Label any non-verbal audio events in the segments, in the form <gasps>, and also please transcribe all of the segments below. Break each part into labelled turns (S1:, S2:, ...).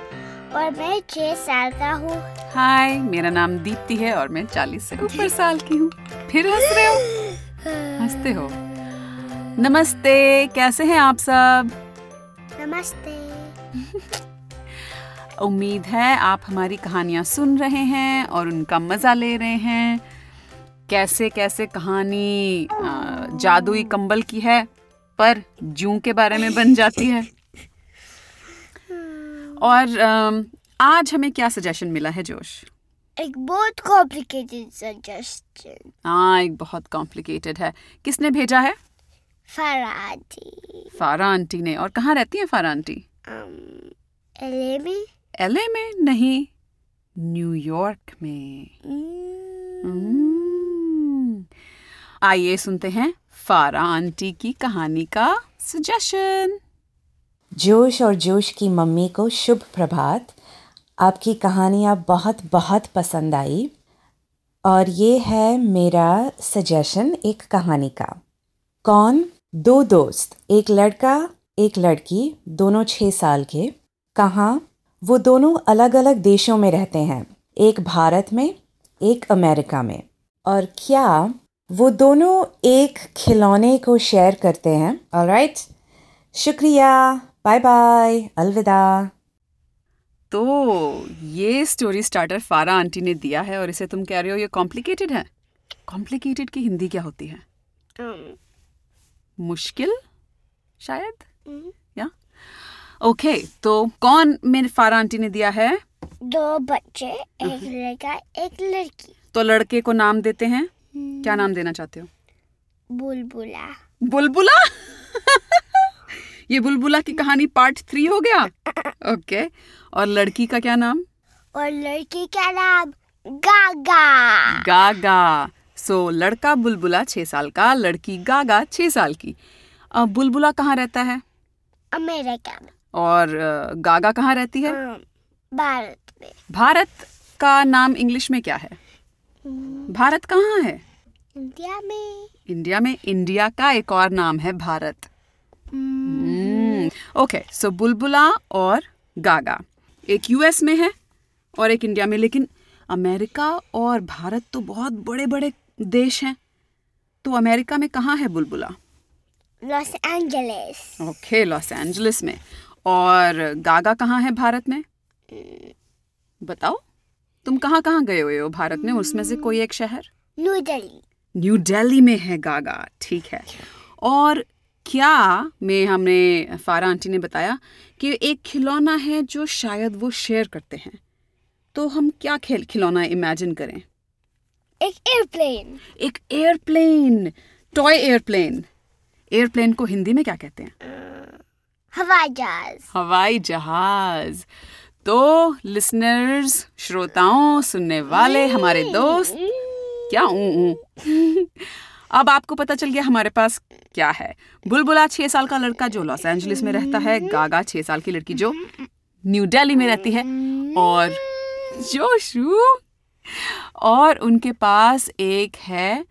S1: और मैं छह साल का हूँ
S2: हाय मेरा नाम दीप्ति है और मैं चालीस से ऊपर साल की हूँ फिर हंस रहे हो हंसते हो नमस्ते कैसे हैं आप सब
S1: नमस्ते
S2: उम्मीद है आप हमारी कहानियाँ सुन रहे हैं और उनका मज़ा ले रहे हैं कैसे कैसे कहानी अ, जादुई कंबल की है पर जू के बारे में बन जाती है और अम, आज हमें क्या सजेशन मिला है जोश
S1: एक बहुत कॉम्प्लिकेटेड सजेशन
S2: हाँ एक बहुत कॉम्प्लिकेटेड है किसने भेजा है
S1: फरादी
S2: फारा आंटी ने और कहाँ रहती है फारा आंटी
S1: एलेमी
S2: एलए में नहीं न्यूयॉर्क में हम्म। आइए सुनते हैं फारा आंटी की कहानी का सजेशन
S3: जोश और जोश की मम्मी को शुभ प्रभात आपकी कहानियाँ बहुत बहुत पसंद आई और ये है मेरा सजेशन एक कहानी का कौन दो दोस्त एक लड़का एक लड़की दोनों छः साल के कहाँ वो दोनों अलग अलग देशों में रहते हैं एक भारत में एक अमेरिका में और क्या वो दोनों एक खिलौने को शेयर करते हैं ऑलराइट शुक्रिया बाय बाय अलविदा
S2: तो ये स्टोरी स्टार्टर फारा आंटी ने दिया है और इसे तुम कह रहे हो ये कॉम्प्लिकेटेड है कॉम्प्लिकेटेड की हिंदी क्या होती है मुश्किल शायद या ओके तो कौन मेरे फारा आंटी ने दिया है
S1: दो बच्चे एक लड़का एक लड़की
S2: तो लड़के को नाम देते हैं क्या नाम देना चाहते हो
S1: बुलबुला
S2: बुलबुला <laughs> ये बुलबुला की कहानी पार्ट थ्री हो गया ओके और लड़की का क्या नाम
S1: और लड़की का नाम गागा
S2: गागा सो लड़का बुलबुला छः साल का लड़की गागा छः साल की अब बुलबुला कहाँ रहता है
S1: अमेरिका में
S2: और अ, गागा कहाँ रहती है
S1: अम, भारत में
S2: भारत का नाम इंग्लिश में क्या है भारत कहाँ है
S1: इंडिया में
S2: इंडिया में इंडिया का एक और नाम है भारत ओके सो हम्म। बुलबुला और गागा एक यूएस में है और एक इंडिया में लेकिन अमेरिका और भारत तो बहुत बड़े बड़े देश हैं तो अमेरिका में कहाँ है Bulbula
S1: Los Angeles
S2: okay Los Angeles में और गागा कहाँ है भारत में बताओ तुम कहाँ कहाँ गए हुए हो भारत में उसमें से कोई एक शहर
S1: न्यू दिल्ली
S2: न्यू दिल्ली में है गागा ठीक है और क्या में हमने फारा आंटी ने बताया कि एक खिलौना है जो शायद वो शेयर करते हैं तो हम क्या खेल खिलौना इमेजिन करें
S1: एक एयरप्लेन
S2: एक एयरप्लेन टॉय एयरप्लेन एयरप्लेन को हिंदी में क्या कहते हैं
S1: हवाई जहाज
S2: हवाई जहाज तो लिसनर्स श्रोताओं सुनने वाले हमारे दोस्त क्या ऊ ऊ अब आपको पता चल गया हमारे पास क्या है बुलबुला छह साल का लड़का जो लॉस एंजलिस में रहता है गागा छह साल की लड़की जो न्यू दिल्ली में रहती है और जोशू और उनके पास एक है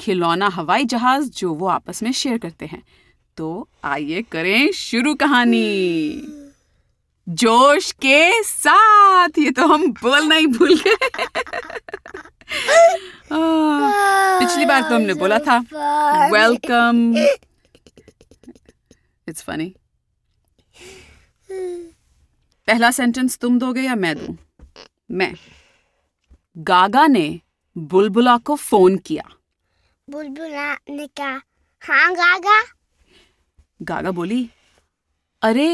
S2: खिलौना हवाई जहाज जो वो आपस में शेयर करते हैं तो आइए करें शुरू कहानी जोश के साथ ये तो हम बोलना ही भूल गए <laughs> आह, पिछली बार तो हमने बोला था वेलकम इट्स फनी पहला सेंटेंस तुम दोगे या मैं दूं मैं गागा ने बुलबुला को फोन किया
S1: बुलबुला ने कहा हाँ गागा
S2: गागा बोली अरे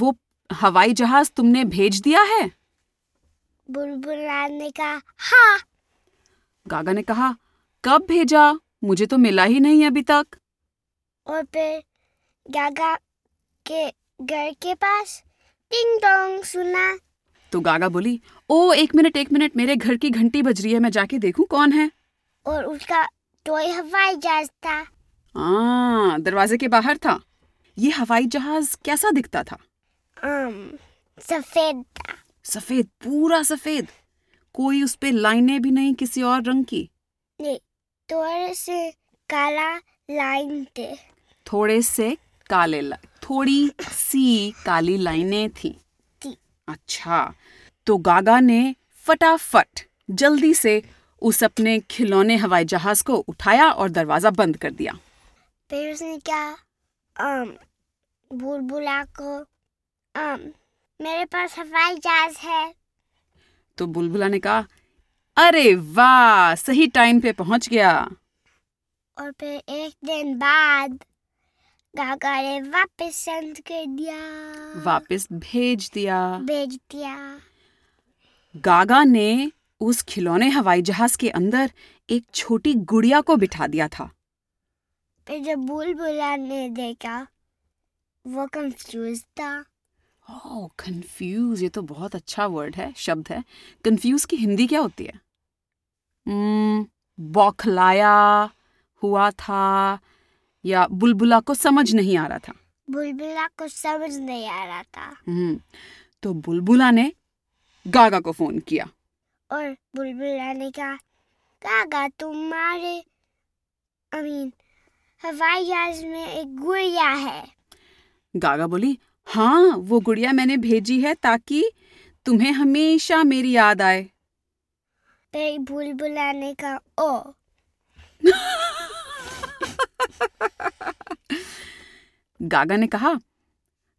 S2: वो हवाई जहाज तुमने भेज दिया है
S1: बुलबुला ने कहा हाँ
S2: गागा ने कहा कब भेजा मुझे तो मिला ही नहीं अभी तक
S1: और फिर गागा के घर के पास टिंग डोंग सुना
S2: तो गागा बोली ओ एक मिनट एक मिनट मेरे घर की घंटी बज रही है मैं जाके देखूं कौन है
S1: और उसका टॉय हवाई जहाज था
S2: आ, हाँ, दरवाजे के बाहर था ये हवाई जहाज कैसा दिखता था
S1: अम, सफेद था
S2: सफेद पूरा सफेद कोई उस पे लाइनें भी नहीं किसी और रंग की
S1: नहीं थोड़े से काला लाइन थे
S2: थोड़े से काले ला- थोड़ी सी काली लाइनें थी
S1: थी।
S2: अच्छा तो गागा ने फटाफट जल्दी से उस अपने खिलौने हवाई जहाज को उठाया और दरवाजा बंद कर दिया
S1: फिर उसने क्या um, बुलबुला को um, मेरे पास हवाई जहाज है
S2: तो बुलबुला ने कहा अरे वाह सही टाइम पे पहुंच गया
S1: और फिर एक दिन बाद गागा ने वापस सेंड कर दिया
S2: वापस भेज दिया
S1: भेज दिया
S2: गागा ने उस खिलौने हवाई जहाज के अंदर एक छोटी गुड़िया को बिठा दिया था
S1: फिर जब बुलबुला ने देखा वो कंफ्यूज था
S2: ओह कंफ्यूज Oh, ये तो बहुत अच्छा वर्ड है शब्द है कंफ्यूज की हिंदी क्या होती है Hmm, बौखलाया हुआ था या बुलबुला को समझ नहीं आ रहा था
S1: बुलबुला को समझ नहीं आ रहा था
S2: Hmm, तो बुलबुला ने गागा को फोन किया
S1: और बुलबुला ने कहा गागा तुम्हारे आई मीन हवाई जहाज में एक गुड़िया है
S2: गागा बोली हाँ वो गुड़िया मैंने भेजी है ताकि तुम्हें हमेशा मेरी याद आए
S1: फिर बुलबुला ने कहा ओ
S2: गागा ने कहा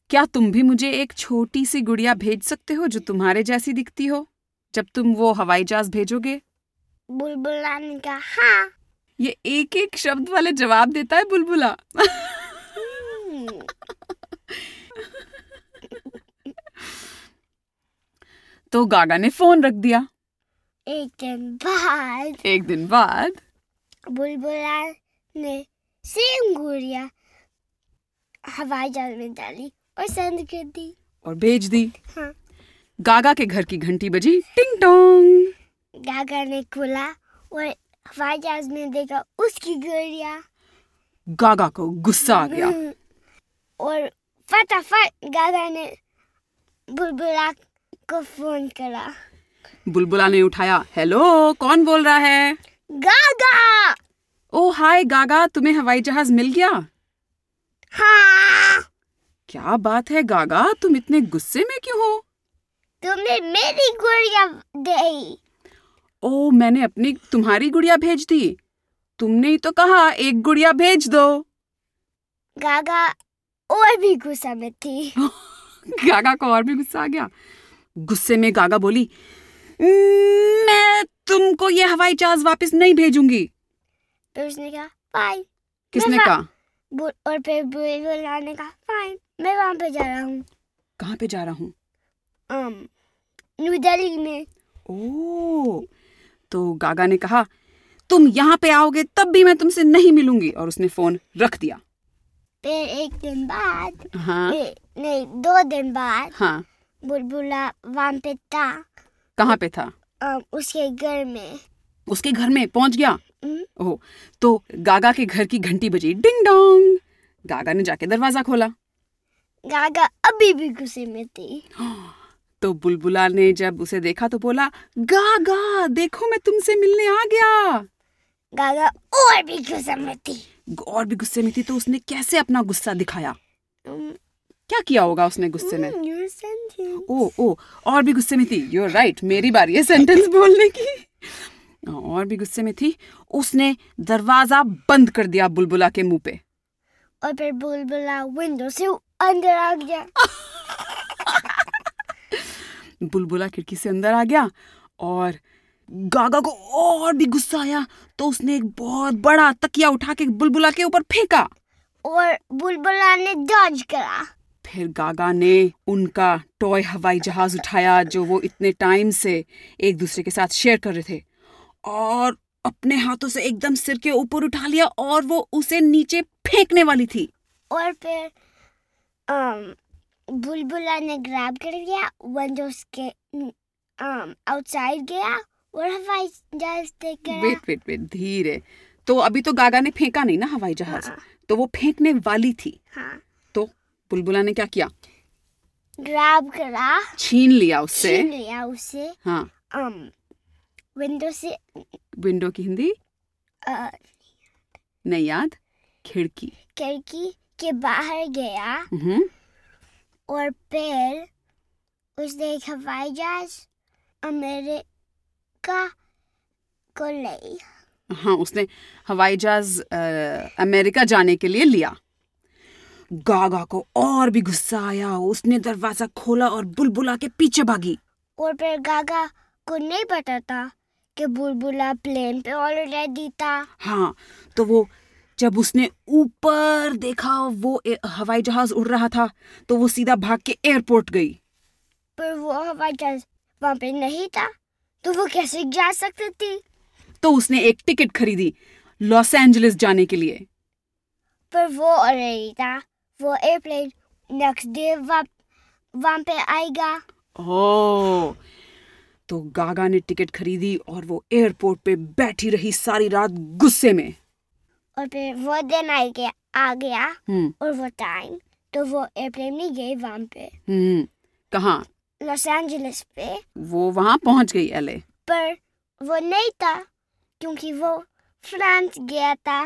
S2: क्या तुम भी मुझे एक छोटी सी गुड़िया भेज सकते हो जो तुम्हारे जैसी दिखती हो जब तुम वो हवाई जहाज भेजोगे
S1: बुलबुला ने कहा हाँ
S2: ये एक एक शब्द वाले जवाब देता है बुलबुला
S1: हम्म,
S2: तो गागा ने फोन रख दिया
S1: एक दिन बाद
S2: एक दिन बाद
S1: बुलबुला ने सेम गुड़िया हवाई जहाज में डाली और सेंड कर दी
S2: और भेज दी
S1: हाँ।
S2: गागा के घर की घंटी बजी टिंग टोंग
S1: गागा ने खोला और हवाई जहाज में देखा उसकी गुड़िया
S2: गागा को गुस्सा आ गया
S1: हम्म। और फटाफट गागा ने बुलबुला को फोन करा
S2: बुलबुला ने उठाया हेलो कौन बोल रहा है
S1: गागा
S2: ओ हाय गागा तुम्हें हवाई जहाज मिल गया
S1: हाँ
S2: क्या बात है गागा तुम इतने गुस्से में क्यों हो
S1: तुमने मेरी गुड़िया दी
S2: ओ मैंने अपनी तुम्हारी गुड़िया भेज दी तुमने ही तो कहा एक गुड़िया भेज दो
S1: गागा और भी गुस्सा में
S2: <gasps>
S1: थी
S2: गागा को और भी गुस्सा आ गया गुस्से में गागा बोली "Mm, मैं तुमको ये हवाई जहाज वापस नहीं भेजूंगी
S1: फिर उसने कहा फाइन
S2: किसने
S1: मैं-
S2: कहा
S1: बुल और फिर बुलबुला ने कहा फाइन मैं वहाँ पे जा रहा हूँ
S2: कहाँ पे जा रहा हूँ
S1: um, न्यू दिल्ली में
S2: ओ तो गागा ने कहा तुम यहाँ पे आओगे तब भी मैं तुमसे नहीं मिलूंगी और उसने फोन रख दिया
S1: फिर एक दिन बाद
S2: हाँ
S1: ए, नहीं दो दिन बाद
S2: हाँ
S1: बुलबुला वहाँ पे था
S2: कहाँ पे था
S1: um, उसके घर में
S2: उसके घर में पहुंच गया
S1: हम्म।
S2: ओह तो गागा के घर की घंटी बजी डिंग डोंग गागा ने जाके दरवाजा खोला
S1: गागा अभी भी गुस्से में थी
S2: तो बुलबुला ने जब उसे देखा तो बोला गागा देखो मैं तुमसे मिलने आ गया
S1: गागा और भी गुस्से में थी
S2: और भी गुस्से में थी तो उसने कैसे अपना गुस्सा दिखाया
S1: um,
S2: क्या किया होगा उसने गुस्से में
S1: mm, you're sending.
S2: ओ ओ और भी गुस्से में थी यूर राइट मेरी बारी है सेंटेंस बोलने की और भी गुस्से में थी उसने दरवाजा बंद कर दिया बुलबुला के मुंह पे
S1: और फिर बुलबुला विंडो से अंदर आ गया
S2: बुलबुला खिड़की से अंदर आ गया और गागा को और भी गुस्सा आया तो उसने एक बहुत बड़ा तकिया उठा के बुलबुला के ऊपर फेंका
S1: और बुलबुला ने डॉज करा
S2: फिर गागा ने उनका टॉय हवाई जहाज उठाया जो वो इतने टाइम से एक दूसरे के साथ शेयर कर रहे थे और अपने हाथों से एकदम सिर के ऊपर उठा लिया और वो उसे नीचे फेंकने वाली थी
S1: और फिर um, बुलबुला ने ग्रैब कर लिया विंडो के आउटसाइड गया और हवाई जहाज देख कर
S2: वेट वेट वेट धीरे तो अभी तो गागा ने फेंका नहीं ना हवाई जहाज तो वो फेंकने वाली थी
S1: हाँ
S2: तो बुलबुला ने क्या किया
S1: ग्रैब करा
S2: छीन लिया उससे
S1: छीन लिया उसे
S2: हाँ
S1: um, विंडो से
S2: विंडो की हिंदी
S1: uh,
S2: नहीं याद खिड़की
S1: खिड़की के बाहर गया
S2: हम्म
S1: और फिर उसने एक हवाई जहाज अमेरिका को ली
S2: हाँ उसने हवाई जहाज अ, अमेरिका जाने के लिए लिया गागा को और भी गुस्सा आया उसने दरवाजा खोला और बुलबुला के पीछे भागी
S1: और फिर गागा को नहीं पता था कि बुलबुला प्लेन पे ऑलरेडी था
S2: हाँ तो वो जब उसने ऊपर देखा वो ए- हवाई जहाज उड़ रहा था तो वो सीधा भाग के एयरपोर्ट गई
S1: पर वो हवाई जहाज वहाँ पे नहीं था तो वो कैसे जा सकती थी
S2: तो उसने एक टिकट खरीदी लॉस एंजलिस जाने के लिए
S1: पर वो ऑलरेडी था वो एयरप्लेन नेक्स्ट डे वहाँ पे आएगा
S2: ओ तो गागा ने टिकट खरीदी और वो एयरपोर्ट पे बैठी रही सारी रात गुस्से में
S1: और फिर वो दिन आ गया आ गया
S2: हम्म
S1: और वो टाइम तो वो एयरप्लेन नहीं गई वहाँ पे
S2: हम्म कहाँ
S1: लॉस एंजलिस पे
S2: वो वहां पहुंच गई एले
S1: पर वो नहीं था क्योंकि वो फ्रांस गया था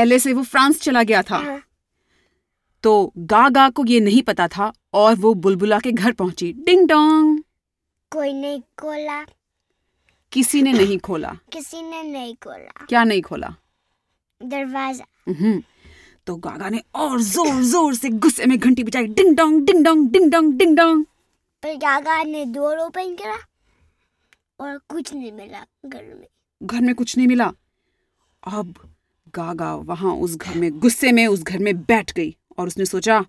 S2: एले से वो फ्रांस चला गया था
S1: हाँ।
S2: तो गागा को ये नहीं पता था और वो बुलबुला के घर पहुंची डिंग डोंग
S1: कोई नहीं खोला
S2: किसी ने नहीं खोला
S1: किसी ने नहीं खोला
S2: क्या नहीं खोला
S1: दरवाजा
S2: हम्म तो गागा ने और जोर जोर से गुस्से में घंटी बजाई ding dong ding dong ding dong ding dong
S1: पर गागा ने डोर ओपन करा और कुछ नहीं मिला घर में
S2: घर में कुछ नहीं मिला अब गागा वहां उस घर में गुस्से में उस घर में बैठ गई और उसने सोचा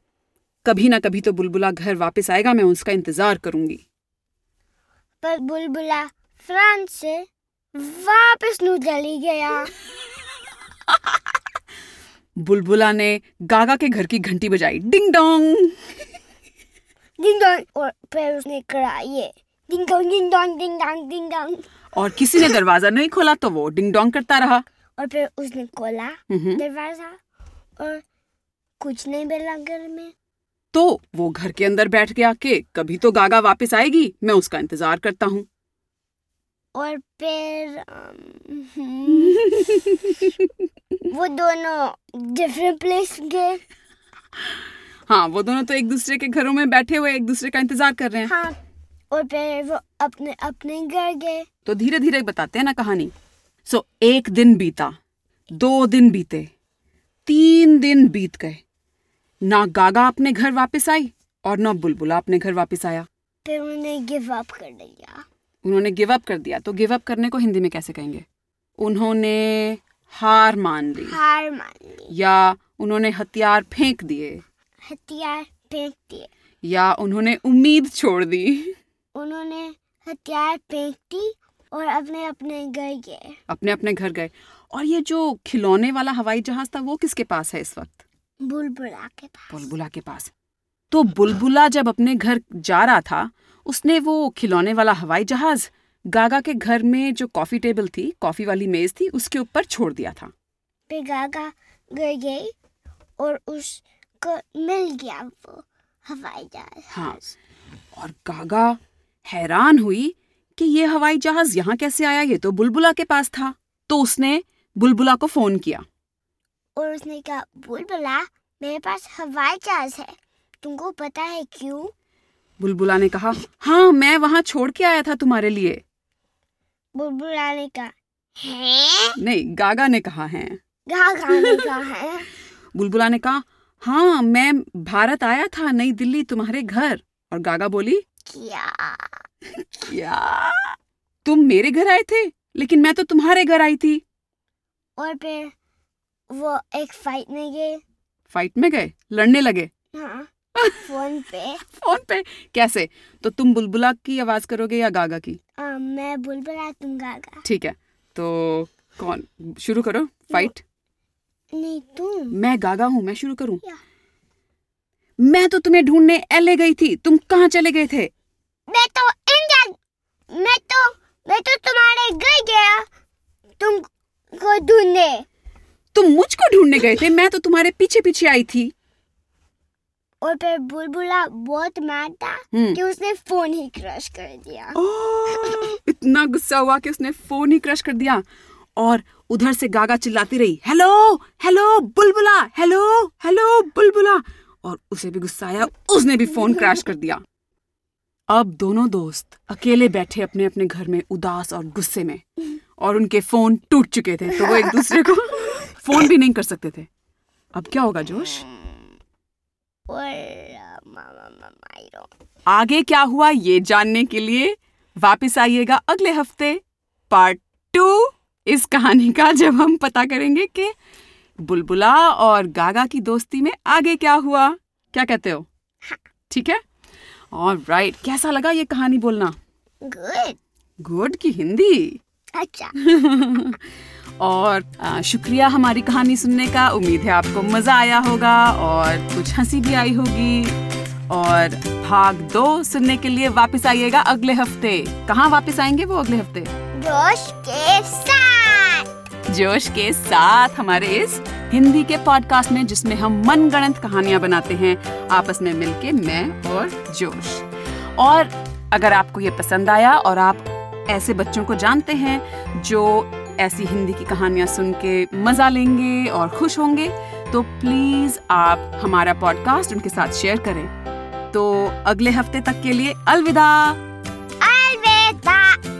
S2: कभी ना कभी तो बुलबुला घर वापस आएगा मैं उसका इंतजार करूंगी
S1: पर बुलबुला फ्रांस से वापस नू चली गया
S2: बुलबुला ने गागा के घर की घंटी बजाई डिंग डोंग
S1: डिंग डॉन्ग और फिर उसने करा ये ding dong ding dong ding dong ding dong
S2: और किसी ने दरवाजा नहीं खोला तो वो डिंग डोंग करता रहा
S1: और फिर उसने खोला
S2: हम्म।
S1: दरवाजा और कुछ नहीं मिला घर में
S2: तो वो घर के अंदर बैठ गया कि कभी तो गागा वापस आएगी मैं उसका इंतजार करता हूँ
S1: और फिर अम, हम्म, वो दोनों डिफरेंट प्लेस गए
S2: हाँ वो दोनों तो एक दूसरे के घरों में बैठे हुए एक दूसरे का इंतजार कर रहे हैं
S1: हाँ और फिर वो अपने अपने घर गए
S2: तो धीरे धीरे बताते हैं ना कहानी सो एक दिन बीता दो दिन बीते तीन दिन बीत गए ना गागा अपने घर वापस आई और ना बुलबुला अपने घर वापस आया
S1: फिर उन्होंने गिव अप कर दिया
S2: उन्होंने गिव अप कर दिया तो गिव अप करने को हिंदी में कैसे कहेंगे उन्होंने हार मान ली
S1: हार मान ली
S2: या उन्होंने हथियार फेंक दिए
S1: हथियार फेंक दिए
S2: या उन्होंने उम्मीद छोड़ दी
S1: उन्होंने हथियार फेंक दी और अपने अपने घर गए
S2: अपने अपने घर गए और ये जो खिलौने वाला हवाई जहाज था वो किसके पास है इस वक्त
S1: बुलबुला के पास
S2: बुलबुला के पास तो बुलबुला जब अपने घर जा रहा था उसने वो खिलौने वाला हवाई जहाज गागा के घर में जो कॉफी टेबल थी कॉफी वाली मेज थी उसके ऊपर छोड़ दिया था
S1: फिर गागा घर गई और उसको मिल गया वो हवाई जहाज
S2: हाँ और गागा हैरान हुई कि ये हवाई जहाज यहाँ कैसे आया ये तो बुलबुला के पास था तो उसने बुलबुला को फोन किया
S1: और उसने कहा बुलबुला मेरे पास हवाई जहाज है तुमको पता है क्यों
S2: बुलबुला ने कहा हाँ मैं वहाँ छोड़ के आया था तुम्हारे लिए
S1: बुलबुला ने कहा है
S2: नहीं गागा ने कहा है
S1: गागा ने कहा है
S2: बुलबुला ने कहा हाँ मैं भारत आया था नई दिल्ली तुम्हारे घर और गागा बोली
S1: क्या
S2: क्या तुम मेरे घर आए थे लेकिन मैं तो तुम्हारे घर आई थी
S1: और फिर वो एक फाइट में गए
S2: फाइट में गए लड़ने लगे
S1: हाँ फोन पे
S2: फोन पे कैसे तो तुम बुलबुला की आवाज करोगे या गागा की
S1: आ, मैं बुलबुला तुम गागा
S2: ठीक है तो कौन शुरू करो फाइट
S1: नहीं तुम
S2: मैं गागा हूँ मैं शुरू करूँ
S1: या।
S2: मैं तो तुम्हें ढूंढने एले गई थी तुम कहाँ चले गए थे
S1: मैं तो इंडियन मैं तो मैं तो तुम्हारे घर गया तुम को ढूंढे
S2: तुम मुझको ढूंढने गए थे मैं तो तुम्हारे पीछे पीछे आई थी
S1: और फिर बुलबुला बहुत मैड था
S2: हम्म।
S1: कि उसने फोन ही क्रश कर दिया
S2: ओह, इतना गुस्सा हुआ कि उसने फोन ही क्रश कर दिया और उधर से गागा चिल्लाती रही hello hello Bulbula hello hello Bulbula और उसे भी गुस्सा आया उसने भी फोन क्रैश कर दिया अब दोनों दोस्त अकेले बैठे अपने अपने घर में उदास और गुस्से में और उनके फोन टूट चुके थे तो वो एक दूसरे को फोन भी नहीं कर सकते थे अब क्या होगा जोश
S1: Or uh, mama, mama, I don't.
S2: आगे क्या हुआ ये जानने के लिए वापस आइएगा अगले हफ्ते पार्ट टू इस कहानी का जब हम पता करेंगे कि बुलबुला और गागा की दोस्ती में आगे क्या हुआ क्या कहते हो ठीक है और राइट कैसा लगा ये कहानी बोलना
S1: Good.
S2: गुड की हिंदी
S1: Acha.
S2: और आ, शुक्रिया हमारी कहानी सुनने का उम्मीद है आपको मज़ा आया होगा और कुछ हंसी भी आई होगी और भाग दो सुनने के लिए वापस आइएगा अगले हफ्ते कहाँ वापस आएंगे वो अगले हफ्ते
S1: Josh के साथ
S2: जोश के साथ हमारे इस हिंदी के पॉडकास्ट में जिसमें हम मनगणंत कहानियां बनाते हैं आपस में मिलके मैं और जोश और अगर आपको ये पसंद आया और आप ऐसे बच्चों को जानते हैं जो ऐसी हिंदी की कहानियां सुन के मज़ा लेंगे और खुश होंगे तो प्लीज़ आप हमारा पॉडकास्ट उनके साथ शेयर करें तो अगले हफ्ते तक के लिए अलविदा
S1: अलविदा